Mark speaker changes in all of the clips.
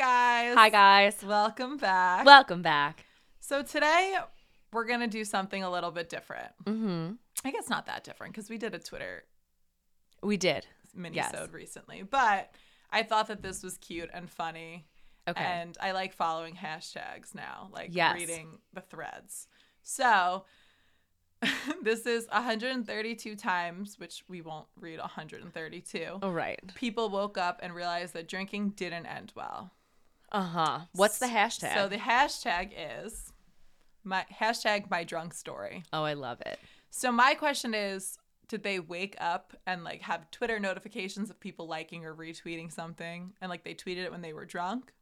Speaker 1: Hi, guys.
Speaker 2: Welcome back.
Speaker 1: Welcome back.
Speaker 2: so today we're gonna do something a little bit different.
Speaker 1: hmm
Speaker 2: I guess not that different because we did a Twitter
Speaker 1: We did.
Speaker 2: minisode
Speaker 1: Yes.
Speaker 2: recently, but I thought that this was cute and funny,
Speaker 1: Okay.
Speaker 2: and I like following hashtags now, like
Speaker 1: Yes.
Speaker 2: reading the threads. So. this is 132 times, which we won't read 132.
Speaker 1: All right.
Speaker 2: People woke up and realized that drinking didn't end well.
Speaker 1: Uh huh. What's the hashtag?
Speaker 2: So the hashtag is my hashtag my drunk story.
Speaker 1: oh, I love it.
Speaker 2: So my question is, did they wake up and like have Twitter notifications of people liking or retweeting something and like they tweeted it when they were drunk?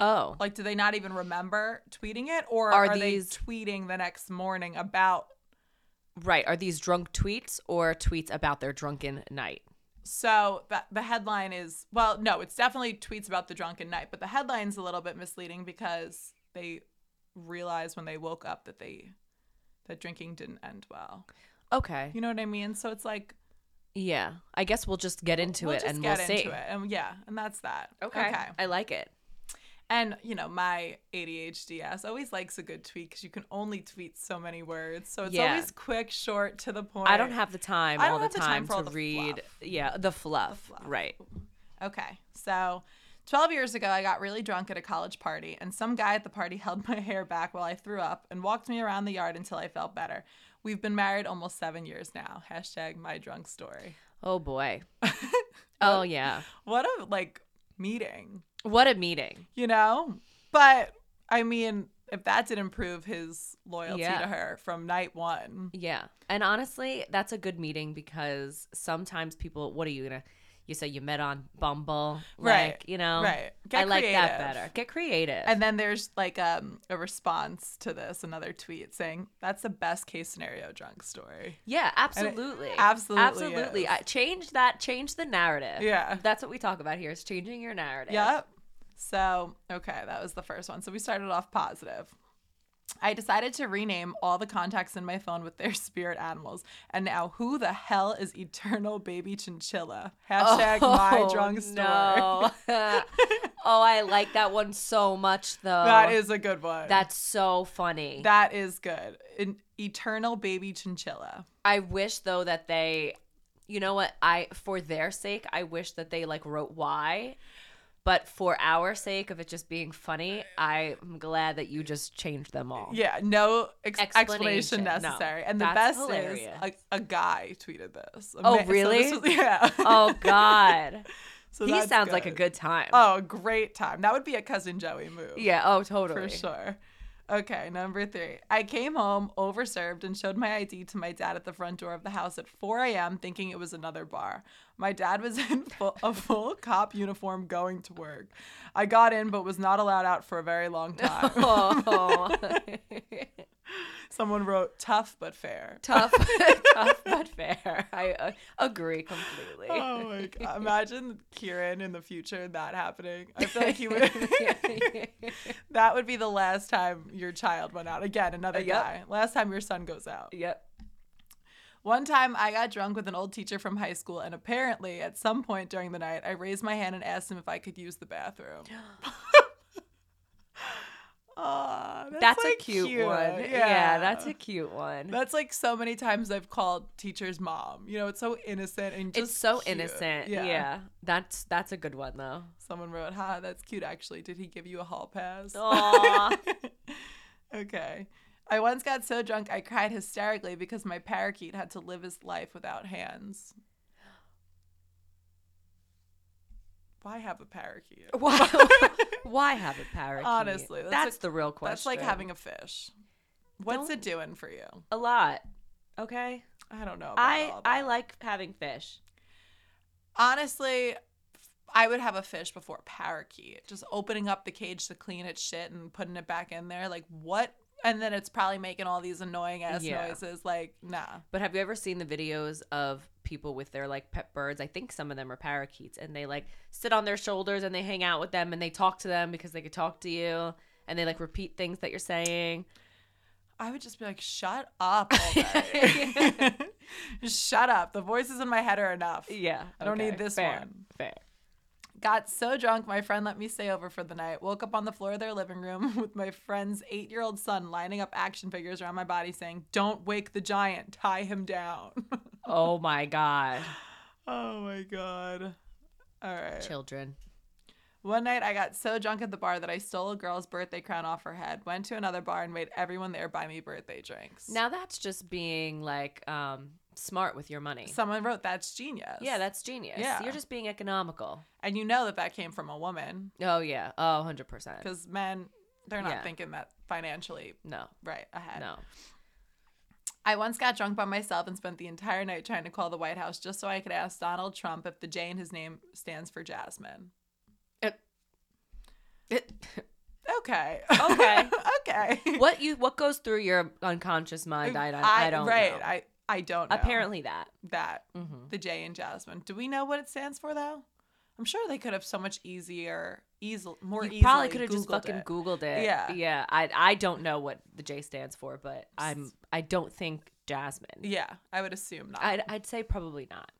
Speaker 1: Oh,
Speaker 2: Like do they not even remember tweeting it or
Speaker 1: Are
Speaker 2: are, they
Speaker 1: these-
Speaker 2: tweeting the next morning about
Speaker 1: right. Are these drunk tweets or tweets about their drunken night?
Speaker 2: so that the headline is well no it's definitely tweets about the drunken night but the headline's a little bit misleading because they realized when they woke up that they that drinking didn't end well
Speaker 1: Okay.
Speaker 2: you know what i mean so it's like
Speaker 1: Yeah. I guess we'll just get into
Speaker 2: we'll
Speaker 1: it
Speaker 2: just
Speaker 1: and
Speaker 2: get
Speaker 1: we'll
Speaker 2: into
Speaker 1: see.
Speaker 2: it and yeah and that's that
Speaker 1: okay. I like it.
Speaker 2: and you know my adhd ass always likes a good tweet because you can only tweet so many words so it's
Speaker 1: Yeah.
Speaker 2: always quick short to the point
Speaker 1: I don't have the time
Speaker 2: I
Speaker 1: all
Speaker 2: don't
Speaker 1: the
Speaker 2: have the time
Speaker 1: time,
Speaker 2: for all
Speaker 1: to
Speaker 2: the
Speaker 1: read.
Speaker 2: fluff.
Speaker 1: Yeah, the fluff.
Speaker 2: fluff.
Speaker 1: Right.
Speaker 2: Okay. So 12 years ago, I got really drunk at a college party, and some guy at the party held my hair back while I threw up and walked me around the yard until I felt better. We've been married almost seven years now. Hashtag my drunk story.
Speaker 1: Oh boy. oh yeah.
Speaker 2: What a like meeting,
Speaker 1: What a meeting.
Speaker 2: you know? But I mean, if that didn't prove his loyalty
Speaker 1: Yeah.
Speaker 2: to her from night one,
Speaker 1: Yeah. And honestly, that's a good meeting because sometimes people, what are you going to, you say you met on Bumble.
Speaker 2: Right.
Speaker 1: Like, you know,
Speaker 2: right?
Speaker 1: I like that
Speaker 2: creative.
Speaker 1: better. Get creative.
Speaker 2: And then there's like um, a response to this, another tweet saying, "That's the best case scenario drunk story."
Speaker 1: yeah, absolutely.
Speaker 2: absolutely
Speaker 1: Absolutely.
Speaker 2: is.
Speaker 1: I, change that, change the narrative.
Speaker 2: Yeah.
Speaker 1: That's what we talk about here is changing your narrative.
Speaker 2: Yep. So, okay, that was the first one. So we started off positive. I decided to rename all the contacts in my phone with their spirit animals. And now, who the hell is Eternal Baby Chinchilla? Hashtag my drunk story.
Speaker 1: Oh, No. oh, I like that one so much, though.
Speaker 2: That is a good one.
Speaker 1: That's so funny.
Speaker 2: that is good. An Eternal Baby Chinchilla.
Speaker 1: I wish though that they, you know what? I for their sake, I wish that they like wrote why, but for our sake of it just being funny, I'm glad that you just changed them all.
Speaker 2: Yeah, no ex-
Speaker 1: Explanation,
Speaker 2: explanation
Speaker 1: no.
Speaker 2: necessary. And the
Speaker 1: That's
Speaker 2: best
Speaker 1: hilarious.
Speaker 2: is a, a guy tweeted this. A
Speaker 1: Oh,
Speaker 2: so
Speaker 1: really?
Speaker 2: this was- yeah.
Speaker 1: Oh God,
Speaker 2: So
Speaker 1: he
Speaker 2: that's
Speaker 1: sounds like a good time.
Speaker 2: Oh, great time. That would be a cousin Joey move.
Speaker 1: yeah. Oh, totally.
Speaker 2: For sure. Okay, number three. I came home overserved and showed my ID to my dad at the front door of the house at 4 a.m., thinking it was another bar. My dad was in full, a full cop uniform going to work. I got in, but was not allowed out for a very long time.
Speaker 1: Oh,
Speaker 2: Someone wrote, tough but fair.
Speaker 1: tough, tough but fair. I uh, agree completely.
Speaker 2: Oh my God. Imagine Kieran in the future that happening. I feel like he would. that would be the last time your child went out. Again, another
Speaker 1: Yep.
Speaker 2: guy. Last time your son goes out.
Speaker 1: yep.
Speaker 2: One time I got drunk with an old teacher from high school, and apparently at some point during the night, I raised my hand and asked him if I could use the bathroom. Aw, that's
Speaker 1: That's,
Speaker 2: like,
Speaker 1: a cute, one. Yeah. that's a cute one.
Speaker 2: That's like so many times I've called teachers mom. You know, it's so innocent and just
Speaker 1: it's so
Speaker 2: cute.
Speaker 1: innocent. yeah. That's that's a good one though.
Speaker 2: Someone wrote, "Ha, that's cute. Actually, did he give you a hall pass?"
Speaker 1: Aw.
Speaker 2: okay. I once got so drunk I cried hysterically because my parakeet had to live his life without hands. Why have a parakeet?
Speaker 1: Oh, Why, why have a parakeet?
Speaker 2: Honestly,
Speaker 1: that's,
Speaker 2: that's a-
Speaker 1: the real question.
Speaker 2: That's like having a fish. What's it doing for you?
Speaker 1: a lot. Okay,
Speaker 2: I don't know. About
Speaker 1: I
Speaker 2: all that.
Speaker 1: I like having fish.
Speaker 2: honestly, I would have a fish before a parakeet. Just opening up the cage to clean its shit and putting it back in there. Like what? And then it's probably making all these annoying ass
Speaker 1: Yeah.
Speaker 2: noises. Like nah.
Speaker 1: But have you ever seen the videos of people with their like pet birds? I think some of them are parakeets, and they like sit on their shoulders and they hang out with them and they talk to them because they could talk to you and they like repeat things that you're saying.
Speaker 2: I would just be like, shut up. all day." shut up. The voices in my head are enough.
Speaker 1: Yeah,
Speaker 2: I don't
Speaker 1: okay,
Speaker 2: need this
Speaker 1: fair,
Speaker 2: one.
Speaker 1: Fair.
Speaker 2: Got so drunk, my friend let me stay over for the night. Woke up on the floor of their living room with my friend's eight year old son lining up action figures around my body saying, Don't wake the giant, tie him down.
Speaker 1: Oh my god.
Speaker 2: oh my God. All right.
Speaker 1: Children.
Speaker 2: One night I got so drunk at the bar that I stole a girl's birthday crown off her head, went to another bar and made everyone there buy me birthday drinks.
Speaker 1: Now that's just being like um smart with your money.
Speaker 2: someone wrote that's genius.
Speaker 1: yeah, that's genius.
Speaker 2: Yeah.
Speaker 1: You're just being economical.
Speaker 2: and you know that that came from a woman
Speaker 1: Oh yeah. Oh, 100%.
Speaker 2: because men they're not
Speaker 1: Yeah.
Speaker 2: thinking that financially
Speaker 1: No.
Speaker 2: right ahead.
Speaker 1: No.
Speaker 2: I once got drunk by myself and spent the entire night trying to call the White House just so I could ask Donald Trump if the J in his name stands for Jasmine. Okay.
Speaker 1: Okay.
Speaker 2: okay.
Speaker 1: what you what goes through your unconscious mind? I, I, I don't
Speaker 2: right.
Speaker 1: know.
Speaker 2: I I don't know. Mm-hmm.
Speaker 1: Apparently that.
Speaker 2: that
Speaker 1: Mhm.
Speaker 2: the J in Jasmine. Do we know what it stands for though? I'm sure they could have so much easier, easel, more
Speaker 1: You
Speaker 2: easily.
Speaker 1: probably could have just
Speaker 2: Googled
Speaker 1: fucking
Speaker 2: it.
Speaker 1: googled it.
Speaker 2: Yeah.
Speaker 1: Yeah. I I don't know what the J stands for, but I'm I don't think Jasmine.
Speaker 2: Yeah, I would assume not.
Speaker 1: I'd, I'd say probably not.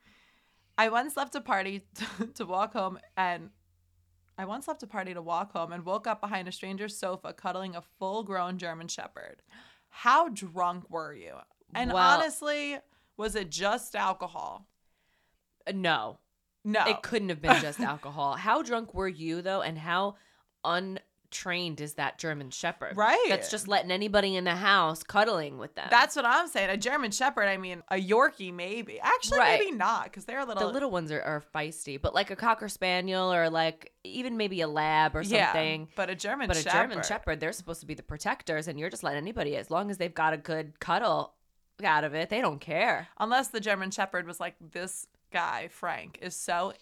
Speaker 2: I once left a party to, to walk home and I once left a party to walk home and woke up behind a stranger's sofa cuddling a full-grown German shepherd. How drunk were you? And
Speaker 1: Well-
Speaker 2: honestly, was it just alcohol?
Speaker 1: Uh, No.
Speaker 2: No.
Speaker 1: It couldn't have been just alcohol. How drunk were you though and how untrained is that German shepherd?
Speaker 2: right.
Speaker 1: That's just letting anybody in the house cuddling with them.
Speaker 2: That's what I'm saying. A German shepherd, I mean, a Yorkie maybe. Actually,
Speaker 1: Right.
Speaker 2: maybe not cuz they're a little,
Speaker 1: the little ones are, are feisty, but like a cocker spaniel or like even maybe a lab or something.
Speaker 2: Yeah, but a German
Speaker 1: But a
Speaker 2: shepherd.
Speaker 1: German shepherd, they're supposed to be the protectors, and you're just letting anybody as long as they've got a good cuddle out of it, they don't care.
Speaker 2: Unless the German shepherd was like this guy Frank is so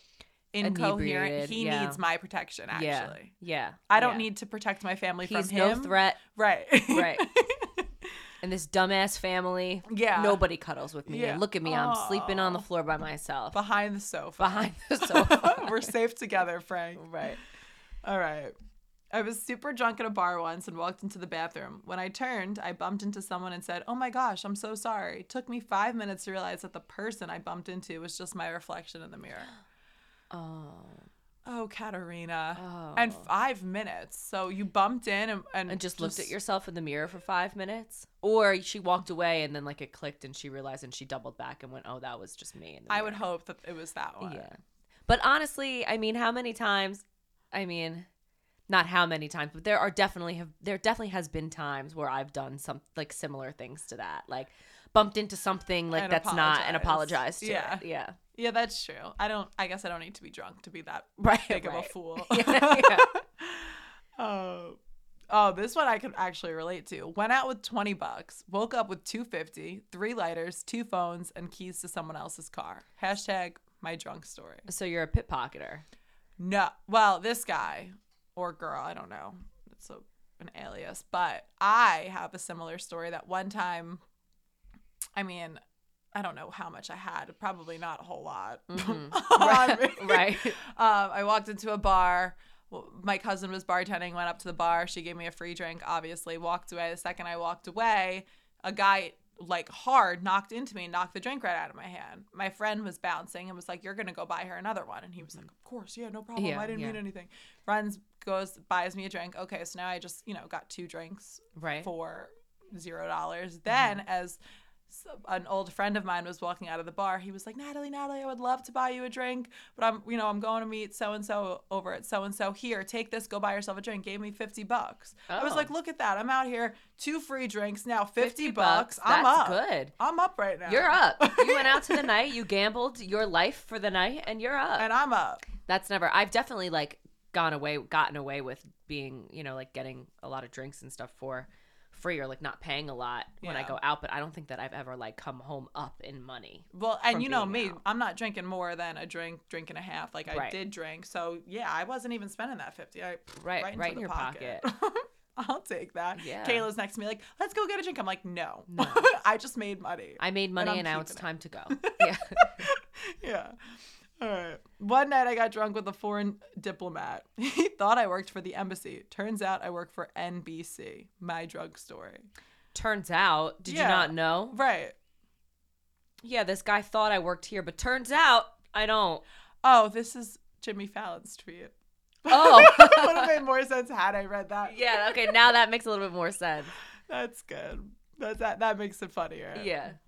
Speaker 2: incoherent.
Speaker 1: Inebriated,
Speaker 2: He
Speaker 1: yeah.
Speaker 2: needs my protection actually.
Speaker 1: Yeah. Yeah,
Speaker 2: I don't
Speaker 1: yeah.
Speaker 2: need to protect my family
Speaker 1: He's
Speaker 2: from
Speaker 1: no
Speaker 2: him.
Speaker 1: threat,
Speaker 2: Right.
Speaker 1: right? and this dumbass family,
Speaker 2: yeah.
Speaker 1: nobody cuddles with me.
Speaker 2: Yeah.
Speaker 1: And look at me, I'm sleeping on the
Speaker 2: Aw.
Speaker 1: floor by myself
Speaker 2: Behind the sofa.
Speaker 1: behind the sofa.
Speaker 2: We're safe together, Frank.
Speaker 1: right.
Speaker 2: All right. I was super drunk at a bar once and walked into the bathroom. When I turned, I bumped into someone and said, Oh my gosh, I'm so sorry. It took me five minutes to realize that the person I bumped into was just my reflection in the mirror.
Speaker 1: Oh,
Speaker 2: Oh, Katerina.
Speaker 1: oh.
Speaker 2: And five minutes. So you bumped in and, and,
Speaker 1: and just looked at yourself in the mirror for five minutes, or she walked away and then like it clicked and she realized and she doubled back and went, "Oh, that was just me." In the
Speaker 2: I
Speaker 1: mirror."
Speaker 2: would hope that it was that one.
Speaker 1: Yeah. But honestly, I mean, how many times? I mean, not how many times, but there are definitely have there definitely has been times where I've done some like similar things to that, like bumped into something like
Speaker 2: And
Speaker 1: that's not and
Speaker 2: apologize.
Speaker 1: apologized to
Speaker 2: Yeah.
Speaker 1: it. Yeah.
Speaker 2: Yeah, that's true. I don't. I guess I don't need to be drunk to be that
Speaker 1: Right.
Speaker 2: big of a
Speaker 1: right.
Speaker 2: fool.
Speaker 1: Yeah, yeah.
Speaker 2: Oh, oh, this one I can actually relate to. Went out with twenty bucks. Woke up with two fifty, three lighters, two phones, and keys to someone else's car. Hashtag my drunk story.
Speaker 1: So you're a pickpocketer.
Speaker 2: No, well, this guy or girl, I don't know. It's a, an alias, but I have a similar story that one time. I mean, I don't know how much I had. Probably not a whole lot.
Speaker 1: Mhm.
Speaker 2: on
Speaker 1: right.
Speaker 2: me.
Speaker 1: right.
Speaker 2: Um, I walked into a bar. Well, My cousin was bartending, went up to the bar. She gave me a free drink, obviously, walked away. The second I walked away, a guy, like hard, knocked into me and knocked the drink right out of my hand. My friend was bouncing and was like, You're going to go buy her another one. And he was like, Of course. Yeah, no problem.
Speaker 1: Mm-hmm. Yeah,
Speaker 2: I didn't
Speaker 1: yeah.
Speaker 2: mean anything. Friends goes, buys me a drink. Okay, so now I just, you know, got two drinks
Speaker 1: Right.
Speaker 2: for zero dollars. Then
Speaker 1: Mm-hmm.
Speaker 2: as s- an old friend of mine was walking out of the bar, he was like, "Natalie, Natalie, I would love to buy you a drink, but I'm, you know, I'm going to meet so and so over at so and so. Here, take this, go buy yourself a drink." Gave me fifty bucks. I was
Speaker 1: Oh.
Speaker 2: like, "Look at that! I'm out here, two free drinks now, fifty, bucks. I'm
Speaker 1: That's
Speaker 2: up.
Speaker 1: good.
Speaker 2: I'm up right now.
Speaker 1: You're up. You went out to the night, you gambled your life for the night, and you're up.
Speaker 2: and I'm up.
Speaker 1: That's never. I've definitely like gone away, gotten away with being, you know, like getting a lot of drinks and stuff for free or like not paying a lot when I
Speaker 2: Yeah.
Speaker 1: go out. But I don't think that I've ever like come home up in money.
Speaker 2: Well, and
Speaker 1: From
Speaker 2: you know
Speaker 1: being
Speaker 2: me,
Speaker 1: out.
Speaker 2: I'm not drinking more than a drink, drink and a half. Like I
Speaker 1: Right.
Speaker 2: did drink, so yeah, I wasn't even spending that fifty. I
Speaker 1: Right, right,
Speaker 2: right, into
Speaker 1: in
Speaker 2: the
Speaker 1: your pocket.
Speaker 2: pocket. I'll take that.
Speaker 1: Yeah.
Speaker 2: Kayla's next to me, like, let's go get a drink. I'm like, no,
Speaker 1: No.
Speaker 2: I just made money.
Speaker 1: I made money
Speaker 2: I'm
Speaker 1: and, now it's
Speaker 2: keeping it.
Speaker 1: time to go. Yeah.
Speaker 2: yeah. All right. One night I got drunk with a foreign diplomat. He thought I worked for the embassy. Turns out I work for NBC, my drug story.
Speaker 1: turns out, did
Speaker 2: Yeah.
Speaker 1: you not know?
Speaker 2: Right.
Speaker 1: Yeah, this guy thought I worked here, but turns out I don't.
Speaker 2: Oh, this is Jimmy Fallon's tweet.
Speaker 1: Oh.
Speaker 2: Would have made more sense had I read that.
Speaker 1: yeah. Okay. Now that makes a little bit more sense.
Speaker 2: That's good. That, that that makes it funnier.
Speaker 1: Yeah.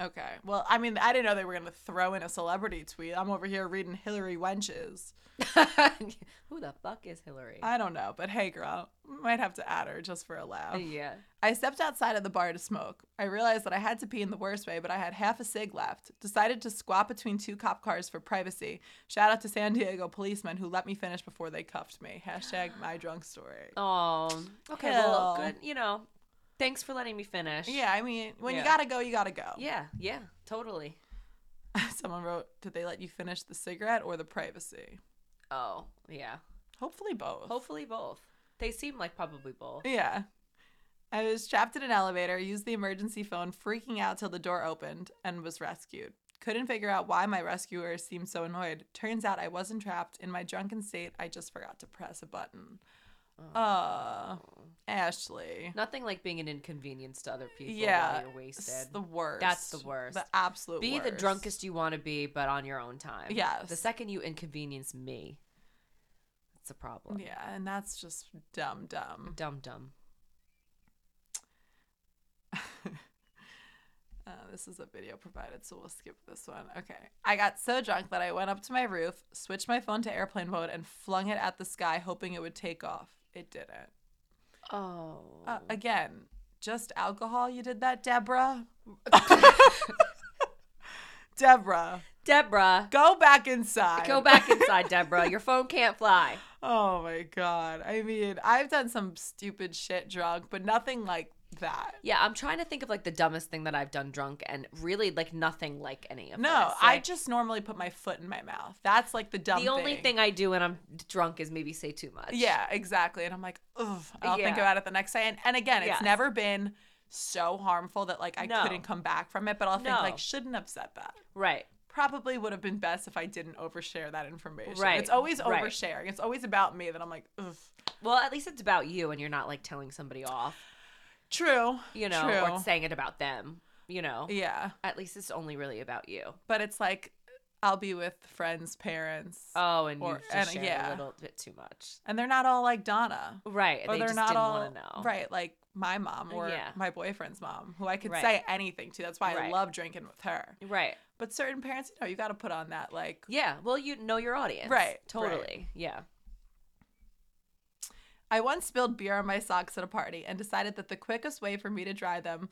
Speaker 2: Okay. Well, I mean, I didn't know they were gonna throw in a celebrity tweet. I'm over here reading Hillary Wenches.
Speaker 1: Who the fuck is Hillary?
Speaker 2: I don't know, but hey, girl, might have to add her just for a laugh.
Speaker 1: yeah.
Speaker 2: I stepped outside of the bar to smoke. I realized that I had to pee in the worst way, but I had half a cig left. Decided to squat between two cop cars for privacy. Shout out to San Diego policemen who let me finish before they cuffed me. Hashtag my drunk story.
Speaker 1: Oh.
Speaker 2: Um,
Speaker 1: Okay. Well,
Speaker 2: Hill.
Speaker 1: good. You know, thanks for letting me finish.
Speaker 2: Yeah, I mean, when you
Speaker 1: Yeah.
Speaker 2: gotta go, you gotta go.
Speaker 1: Yeah. Yeah. Totally.
Speaker 2: Someone wrote, "Did they let you finish the cigarette or the privacy?"
Speaker 1: Oh. Yeah.
Speaker 2: Hopefully both.
Speaker 1: Hopefully both. They seem like probably both.
Speaker 2: Yeah. I was trapped in an elevator, used the emergency phone, freaking out till the door opened, and was rescued. Couldn't figure out why my rescuer seemed so annoyed. Turns out I wasn't trapped. In my drunken state, I just forgot to press a button.
Speaker 1: Oh.
Speaker 2: Uh, Ashley.
Speaker 1: Nothing like being an inconvenience to other people
Speaker 2: Yeah,
Speaker 1: while you're
Speaker 2: It's
Speaker 1: wasted.
Speaker 2: the worst.
Speaker 1: That's the worst.
Speaker 2: The absolute
Speaker 1: Be
Speaker 2: worst.
Speaker 1: the drunkest you want to be, but on your own time.
Speaker 2: Yes.
Speaker 1: The second you inconvenience me, it's a problem.
Speaker 2: Yeah, and that's just dumb, dumb.
Speaker 1: Dumb, dumb.
Speaker 2: Uh, this is a video provided, so we'll skip this one. Okay. I got so drunk that I went up to my roof, switched my phone to airplane mode, and flung it at the sky, hoping it would take off. It didn't.
Speaker 1: Oh.
Speaker 2: Uh, again, just alcohol. You did that, Deborah. Deborah,
Speaker 1: Deborah,
Speaker 2: go back inside.
Speaker 1: go back inside, Deborah. Your phone can't fly.
Speaker 2: Oh my god. I mean, I've done some stupid shit drunk, but nothing like that.
Speaker 1: Yeah, I'm trying to think of like the dumbest thing that I've done drunk and really like nothing like any of
Speaker 2: No,
Speaker 1: this.
Speaker 2: I
Speaker 1: Like,
Speaker 2: just normally put my foot in my mouth. That's like the dumb.
Speaker 1: the only thing I do when I'm drunk is maybe say too much.
Speaker 2: Yeah, exactly. And I'm like, ugh, I'll think
Speaker 1: Yeah.
Speaker 2: about it the next day. And, and again, it's
Speaker 1: Yes.
Speaker 2: never been so harmful that like I
Speaker 1: No.
Speaker 2: couldn't come back from it, but I'll think
Speaker 1: No.
Speaker 2: like, shouldn't have said that.
Speaker 1: Right.
Speaker 2: Probably would have been best if I didn't overshare that information.
Speaker 1: Right,
Speaker 2: It's always
Speaker 1: right.
Speaker 2: oversharing. It's always about me that I'm like, ugh.
Speaker 1: Well, at least it's about you and you're not like telling somebody off,
Speaker 2: True.
Speaker 1: you know,
Speaker 2: True.
Speaker 1: or saying it about them, you know.
Speaker 2: Yeah.
Speaker 1: At least it's only really about you.
Speaker 2: But it's like, I'll be with friends' parents.
Speaker 1: Oh, and
Speaker 2: Or-
Speaker 1: you've just
Speaker 2: and-
Speaker 1: shared
Speaker 2: yeah.
Speaker 1: a little bit too much.
Speaker 2: and they're not all like Donna.
Speaker 1: Right.
Speaker 2: or
Speaker 1: they
Speaker 2: they are
Speaker 1: just
Speaker 2: not
Speaker 1: didn't
Speaker 2: all
Speaker 1: want to know.
Speaker 2: right like my mom or
Speaker 1: Yeah.
Speaker 2: my boyfriend's mom who i could
Speaker 1: Right.
Speaker 2: say anything to that's why i
Speaker 1: Right.
Speaker 2: love drinking with her
Speaker 1: Right.
Speaker 2: but certain parents you know you got to put on that like
Speaker 1: Yeah. Well, you know your audience.
Speaker 2: Right, right.
Speaker 1: Totally. Yeah.
Speaker 2: i once spilled beer on my socks at a party and decided that the quickest way for me to dry them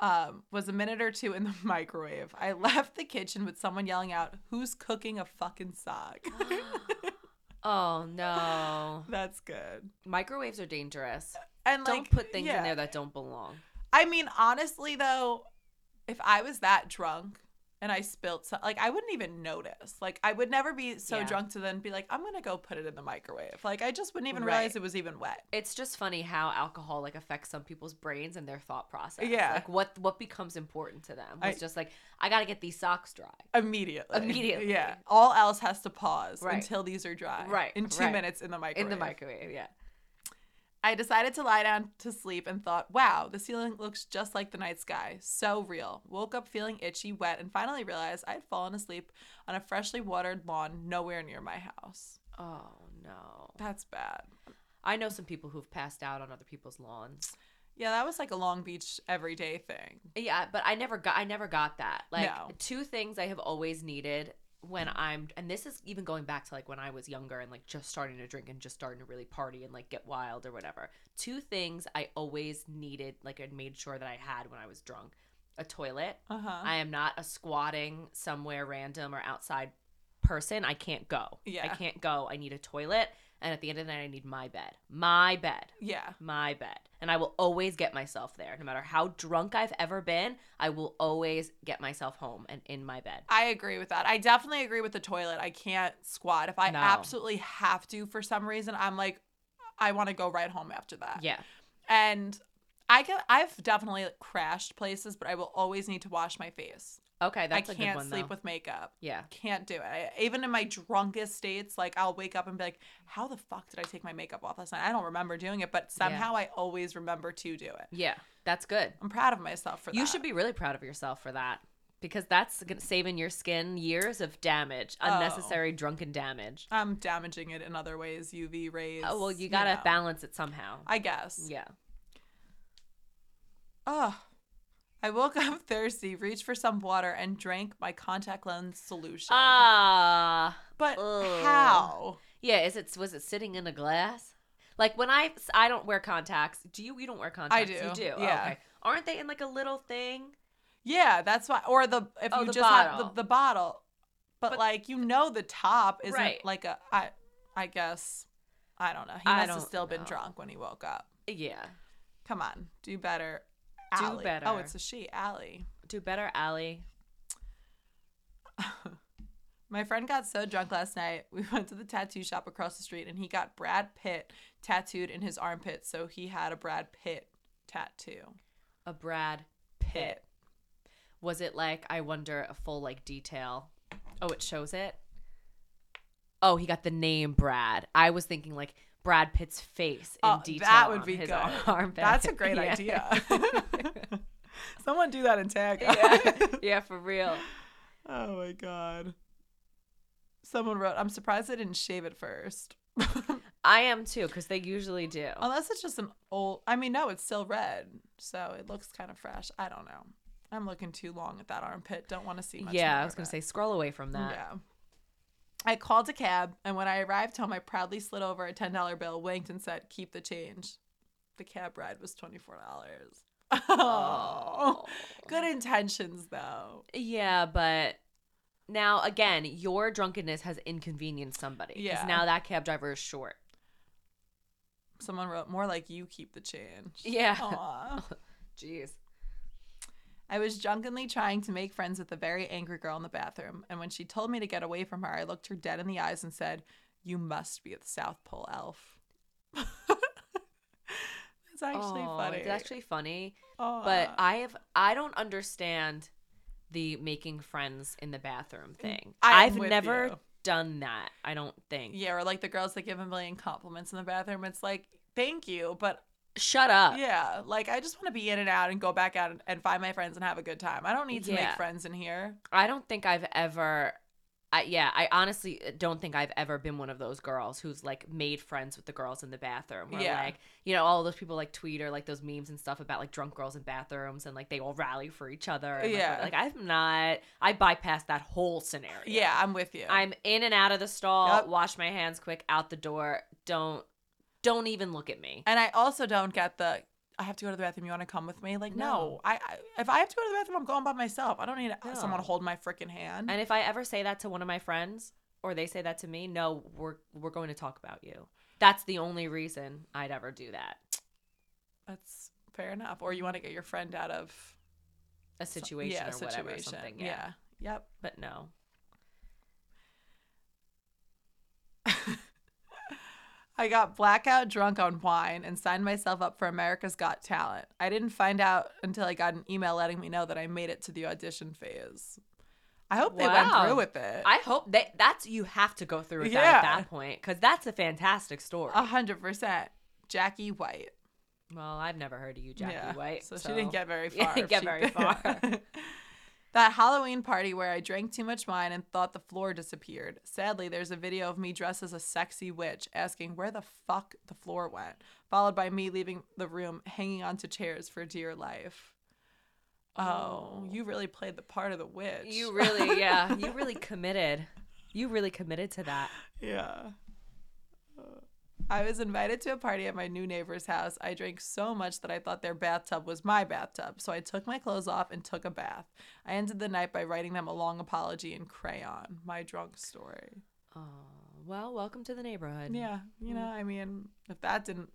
Speaker 2: um, was a minute or two in the microwave i left the kitchen with someone yelling out who's cooking a fucking sock
Speaker 1: Oh no.
Speaker 2: that's good
Speaker 1: Microwaves are dangerous.
Speaker 2: and like
Speaker 1: don't put things
Speaker 2: yeah.
Speaker 1: in there that don't belong.
Speaker 2: I mean, honestly, though, if I was that drunk and I spilled some, like, I wouldn't even notice. Like, I would never be so
Speaker 1: Yeah.
Speaker 2: drunk to then be like, I'm going to go put it in the microwave. Like, I just wouldn't even
Speaker 1: Right.
Speaker 2: realize it was even wet.
Speaker 1: It's just funny how alcohol like affects some people's brains and their thought process.
Speaker 2: Yeah.
Speaker 1: Like what what becomes important to them.
Speaker 2: I-
Speaker 1: It's just like I gotta get these socks dry.
Speaker 2: Immediately.
Speaker 1: Immediately.
Speaker 2: Yeah. All else has to pause
Speaker 1: Right.
Speaker 2: until these are dry.
Speaker 1: Right,
Speaker 2: In two
Speaker 1: right.
Speaker 2: minutes in the microwave.
Speaker 1: In the microwave, yeah.
Speaker 2: I decided to lie down to sleep and thought, wow, the ceiling looks just like the night sky. So real. Woke up feeling itchy, wet, and finally realized I had fallen asleep on a freshly watered lawn nowhere near my house.
Speaker 1: Oh no.
Speaker 2: That's bad.
Speaker 1: I know some people who've passed out on other people's lawns.
Speaker 2: Yeah, that was like a Long Beach everyday thing.
Speaker 1: Yeah, but I never got I never got that. Like
Speaker 2: No.
Speaker 1: two things I have always needed when I'm and this is even going back to like when I was younger and like just starting to drink and just starting to really party and like get wild or whatever. Two things I always needed like I made sure that I had when I was drunk. A toilet.
Speaker 2: Uh huh.
Speaker 1: I am not a squatting somewhere random or outside person. I can't go. I
Speaker 2: Yeah.
Speaker 1: can't go. I need a toilet and at the end of the night I need my bed. My bed
Speaker 2: Yeah.
Speaker 1: my bed. And I will always get myself there. No matter how drunk I've ever been, I will always get myself home and in my bed.
Speaker 2: I agree with that. I definitely agree with the toilet. I can't squat. If I
Speaker 1: No.
Speaker 2: absolutely have to for some reason, I'm like, I want to go right home after that.
Speaker 1: Yeah.
Speaker 2: And I can, I've definitely crashed places, but I will always need to wash my face.
Speaker 1: Okay, that's
Speaker 2: I
Speaker 1: a good
Speaker 2: can't
Speaker 1: one
Speaker 2: sleep
Speaker 1: though.
Speaker 2: with makeup.
Speaker 1: yeah.
Speaker 2: Can't do it. I, even in my drunkest states, like I'll wake up and be like, how the fuck did I take my makeup off last night? I don't remember doing it, but somehow I always remember to do it.
Speaker 1: Yeah. That's good.
Speaker 2: I'm proud of myself for that.
Speaker 1: You should be really proud of yourself for that. because that's gonna- saving your skin years of damage,
Speaker 2: Oh.
Speaker 1: unnecessary drunken damage.
Speaker 2: I'm damaging it in other ways, UV rays.
Speaker 1: Oh, well, you gotta
Speaker 2: know.
Speaker 1: balance it somehow.
Speaker 2: I guess.
Speaker 1: yeah.
Speaker 2: Ugh. I woke up thirsty, reached for some water, and drank my contact lens solution.
Speaker 1: Ah.
Speaker 2: but
Speaker 1: ugh.
Speaker 2: how?
Speaker 1: yeah. Is it was it sitting in a glass? Like when I I don't wear contacts. Do you? You don't wear contacts. You
Speaker 2: do,
Speaker 1: do. Oh,
Speaker 2: yeah.
Speaker 1: okay. Aren't they in like a little thing?
Speaker 2: Yeah, that's why. Or the if
Speaker 1: Oh,
Speaker 2: you
Speaker 1: the
Speaker 2: just
Speaker 1: bottle.
Speaker 2: have the, the bottle, but,
Speaker 1: But-
Speaker 2: like you know, the top isn't
Speaker 1: Right.
Speaker 2: like a. I I guess I don't know. He
Speaker 1: I
Speaker 2: must have
Speaker 1: don't
Speaker 2: still been
Speaker 1: know.
Speaker 2: drunk when he woke up.
Speaker 1: Yeah.
Speaker 2: Come on, do better.
Speaker 1: Do
Speaker 2: Allie. Oh,
Speaker 1: better.
Speaker 2: it's a she, Allie.
Speaker 1: Do better, Allie.
Speaker 2: My friend got so drunk last night. We went to the tattoo shop across the street and he got Brad Pitt tattooed in his armpit. So he had a Brad Pitt tattoo.
Speaker 1: A Brad Pitt. Was it like I wonder a full like detail? Oh, it shows it. Oh, he got the name Brad. I was thinking like Brad Pitt's face in
Speaker 2: Oh,
Speaker 1: detail.
Speaker 2: that would
Speaker 1: on
Speaker 2: be
Speaker 1: his
Speaker 2: good.
Speaker 1: armpit.
Speaker 2: That's a great
Speaker 1: Yeah.
Speaker 2: idea. Someone do that and tag. us.
Speaker 1: yeah. yeah, for real.
Speaker 2: Oh my God. Someone wrote, I'm surprised I didn't shave it first.
Speaker 1: I am too, because they usually do.
Speaker 2: Unless it's just an old, I mean, no, it's still red. So it looks kind of fresh. I don't know. I'm looking too long at that armpit. Don't want to see much.
Speaker 1: yeah,
Speaker 2: more
Speaker 1: I was
Speaker 2: of
Speaker 1: gonna
Speaker 2: it.
Speaker 1: say scroll away from that.
Speaker 2: Yeah. I called a cab, and when I arrived home, I proudly slid over a ten dollar bill, winked, and said, "Keep the change." The cab ride was twenty four dollars. Oh, good intentions though.
Speaker 1: Yeah, but now again, your drunkenness has inconvenienced somebody. 'cause
Speaker 2: Yeah.
Speaker 1: Now that cab driver is short.
Speaker 2: Someone wrote more like you keep the change.
Speaker 1: Yeah.
Speaker 2: Aw.
Speaker 1: Jeez.
Speaker 2: I was drunkenly trying to make friends with a very angry girl in the bathroom, and when she told me to get away from her, I looked her dead in the eyes and said, "You must be the South Pole elf." It's actually
Speaker 1: Aw,
Speaker 2: funny.
Speaker 1: It's actually funny. But
Speaker 2: Aw.
Speaker 1: I have I don't understand the making friends in the bathroom thing.
Speaker 2: Mm, I am
Speaker 1: have
Speaker 2: with
Speaker 1: never
Speaker 2: you.
Speaker 1: done that, I don't think.
Speaker 2: Yeah, or like the girls that give a million compliments in the bathroom. It's like, thank you, but
Speaker 1: Shut up.
Speaker 2: yeah, like I just want to be in and out and go back out and, and find my friends and have a good time. I don't need to
Speaker 1: Yeah.
Speaker 2: make friends in here.
Speaker 1: I don't think I've ever I, yeah, I honestly don't think I've ever been one of those girls who's like made friends with the girls in the bathroom. Or
Speaker 2: Yeah.
Speaker 1: like, you know, all those people like tweet or like those memes and stuff about like drunk girls in bathrooms and like they all rally for each other. and, like,
Speaker 2: Yeah.
Speaker 1: whatever. Like, I'm not, I bypassed that whole scenario.
Speaker 2: Yeah, I'm with you.
Speaker 1: I'm in and out of the stall.
Speaker 2: Yep.
Speaker 1: Wash my hands quick. Out the door. Don't don't even look at me.
Speaker 2: and I also don't get the. I have to go to the bathroom. You want to come with me? Like, no.
Speaker 1: No.
Speaker 2: I, I if I have to go to the bathroom, I'm going by myself. I don't need
Speaker 1: No.
Speaker 2: someone to hold my freaking hand.
Speaker 1: And if I ever say that to one of my friends or they say that to me, no, we're we're going to talk about you. That's the only reason I'd ever do that.
Speaker 2: That's fair enough. Or you want to get your friend out of
Speaker 1: A situation
Speaker 2: yeah,
Speaker 1: or whatever.
Speaker 2: situation.
Speaker 1: Something. Yeah.
Speaker 2: yeah. Yep.
Speaker 1: But no.
Speaker 2: I got blackout drunk on wine and signed myself up for America's Got Talent. I didn't find out until I got an email letting me know that I made it to the audition phase. I hope they went
Speaker 1: Wow.
Speaker 2: through with it.
Speaker 1: I hope that that's you have to go through with that
Speaker 2: Yeah. Ah.
Speaker 1: at that point because that's a fantastic story.
Speaker 2: A hundred percent. Jackie White.
Speaker 1: well, I've never heard of you, Jackie
Speaker 2: Yeah.
Speaker 1: White.
Speaker 2: So, she didn't get very
Speaker 1: Yeah,
Speaker 2: far.
Speaker 1: didn't
Speaker 2: if
Speaker 1: get
Speaker 2: she
Speaker 1: very
Speaker 2: did.
Speaker 1: far.
Speaker 2: that Halloween party where I drank too much wine and thought the floor disappeared. Sadly, there's a video of me dressed as a sexy witch asking where the fuck the floor went, followed by me leaving the room hanging onto chairs for dear life. Oh,
Speaker 1: Oh.
Speaker 2: you really played the part of the witch.
Speaker 1: You really, yeah, you really committed. You really committed to that.
Speaker 2: Yeah. I was invited to a party at my new neighbor's house. I drank so much that I thought their bathtub was my bathtub, so I took my clothes off and took a bath. I ended the night by writing them a long apology in crayon. My drunk story.
Speaker 1: Oh, well, welcome to the neighborhood.
Speaker 2: Yeah, you know, I mean, if that didn't,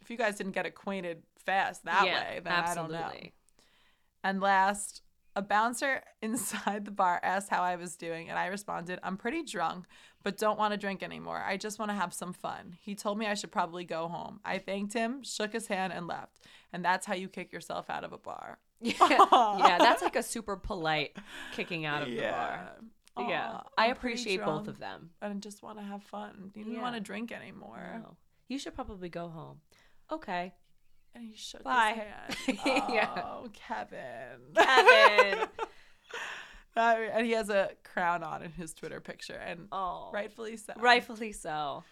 Speaker 2: if you guys didn't get acquainted fast that way, then I don't know. And last, a bouncer inside the bar asked how I was doing, and I responded, I'm pretty drunk, but don't want to drink anymore. I just want to have some fun. He told me I should probably go home. I thanked him, shook his hand, and left. And that's how you kick yourself out of a bar.
Speaker 1: Yeah, yeah, that's like a super polite kicking out of the bar. Yeah,
Speaker 2: Aw,
Speaker 1: I
Speaker 2: I'm pretty
Speaker 1: appreciate both
Speaker 2: drunk
Speaker 1: of them.
Speaker 2: And just want to have fun. You don't
Speaker 1: Yeah.
Speaker 2: want to drink anymore.
Speaker 1: No. Oh, You should probably go home. Okay.
Speaker 2: And he shook
Speaker 1: Bye.
Speaker 2: his hand. Oh,
Speaker 1: Yeah.
Speaker 2: Kevin.
Speaker 1: Kevin.
Speaker 2: That- and he has a crown on in his Twitter picture, and
Speaker 1: Oh,
Speaker 2: rightfully so.
Speaker 1: rightfully so.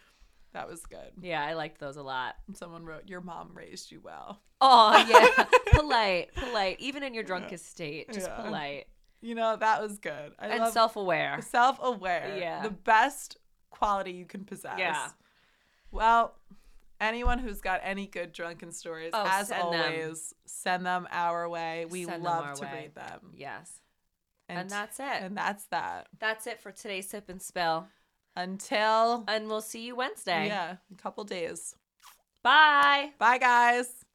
Speaker 2: That was good.
Speaker 1: Yeah, I liked those a lot.
Speaker 2: And someone wrote, "Your mom raised you well."
Speaker 1: Oh yeah, polite, polite. Even in your drunkest state, just
Speaker 2: Yeah.
Speaker 1: polite
Speaker 2: You know that was good. I
Speaker 1: and
Speaker 2: love
Speaker 1: self-aware.
Speaker 2: self-aware.
Speaker 1: Yeah.
Speaker 2: the best quality you can possess.
Speaker 1: Yeah.
Speaker 2: Well, anyone who's got any good drunken stories,
Speaker 1: Oh,
Speaker 2: as
Speaker 1: send them.
Speaker 2: always, send them our way. We
Speaker 1: Send them our
Speaker 2: love to
Speaker 1: way.
Speaker 2: read them.
Speaker 1: Yes,
Speaker 2: And,
Speaker 1: and that's it.
Speaker 2: and that's that.
Speaker 1: that's it for today's sip and spell,
Speaker 2: Until
Speaker 1: and we'll see you Wednesday.
Speaker 2: yeah, a couple days.
Speaker 1: Bye.
Speaker 2: Bye, guys.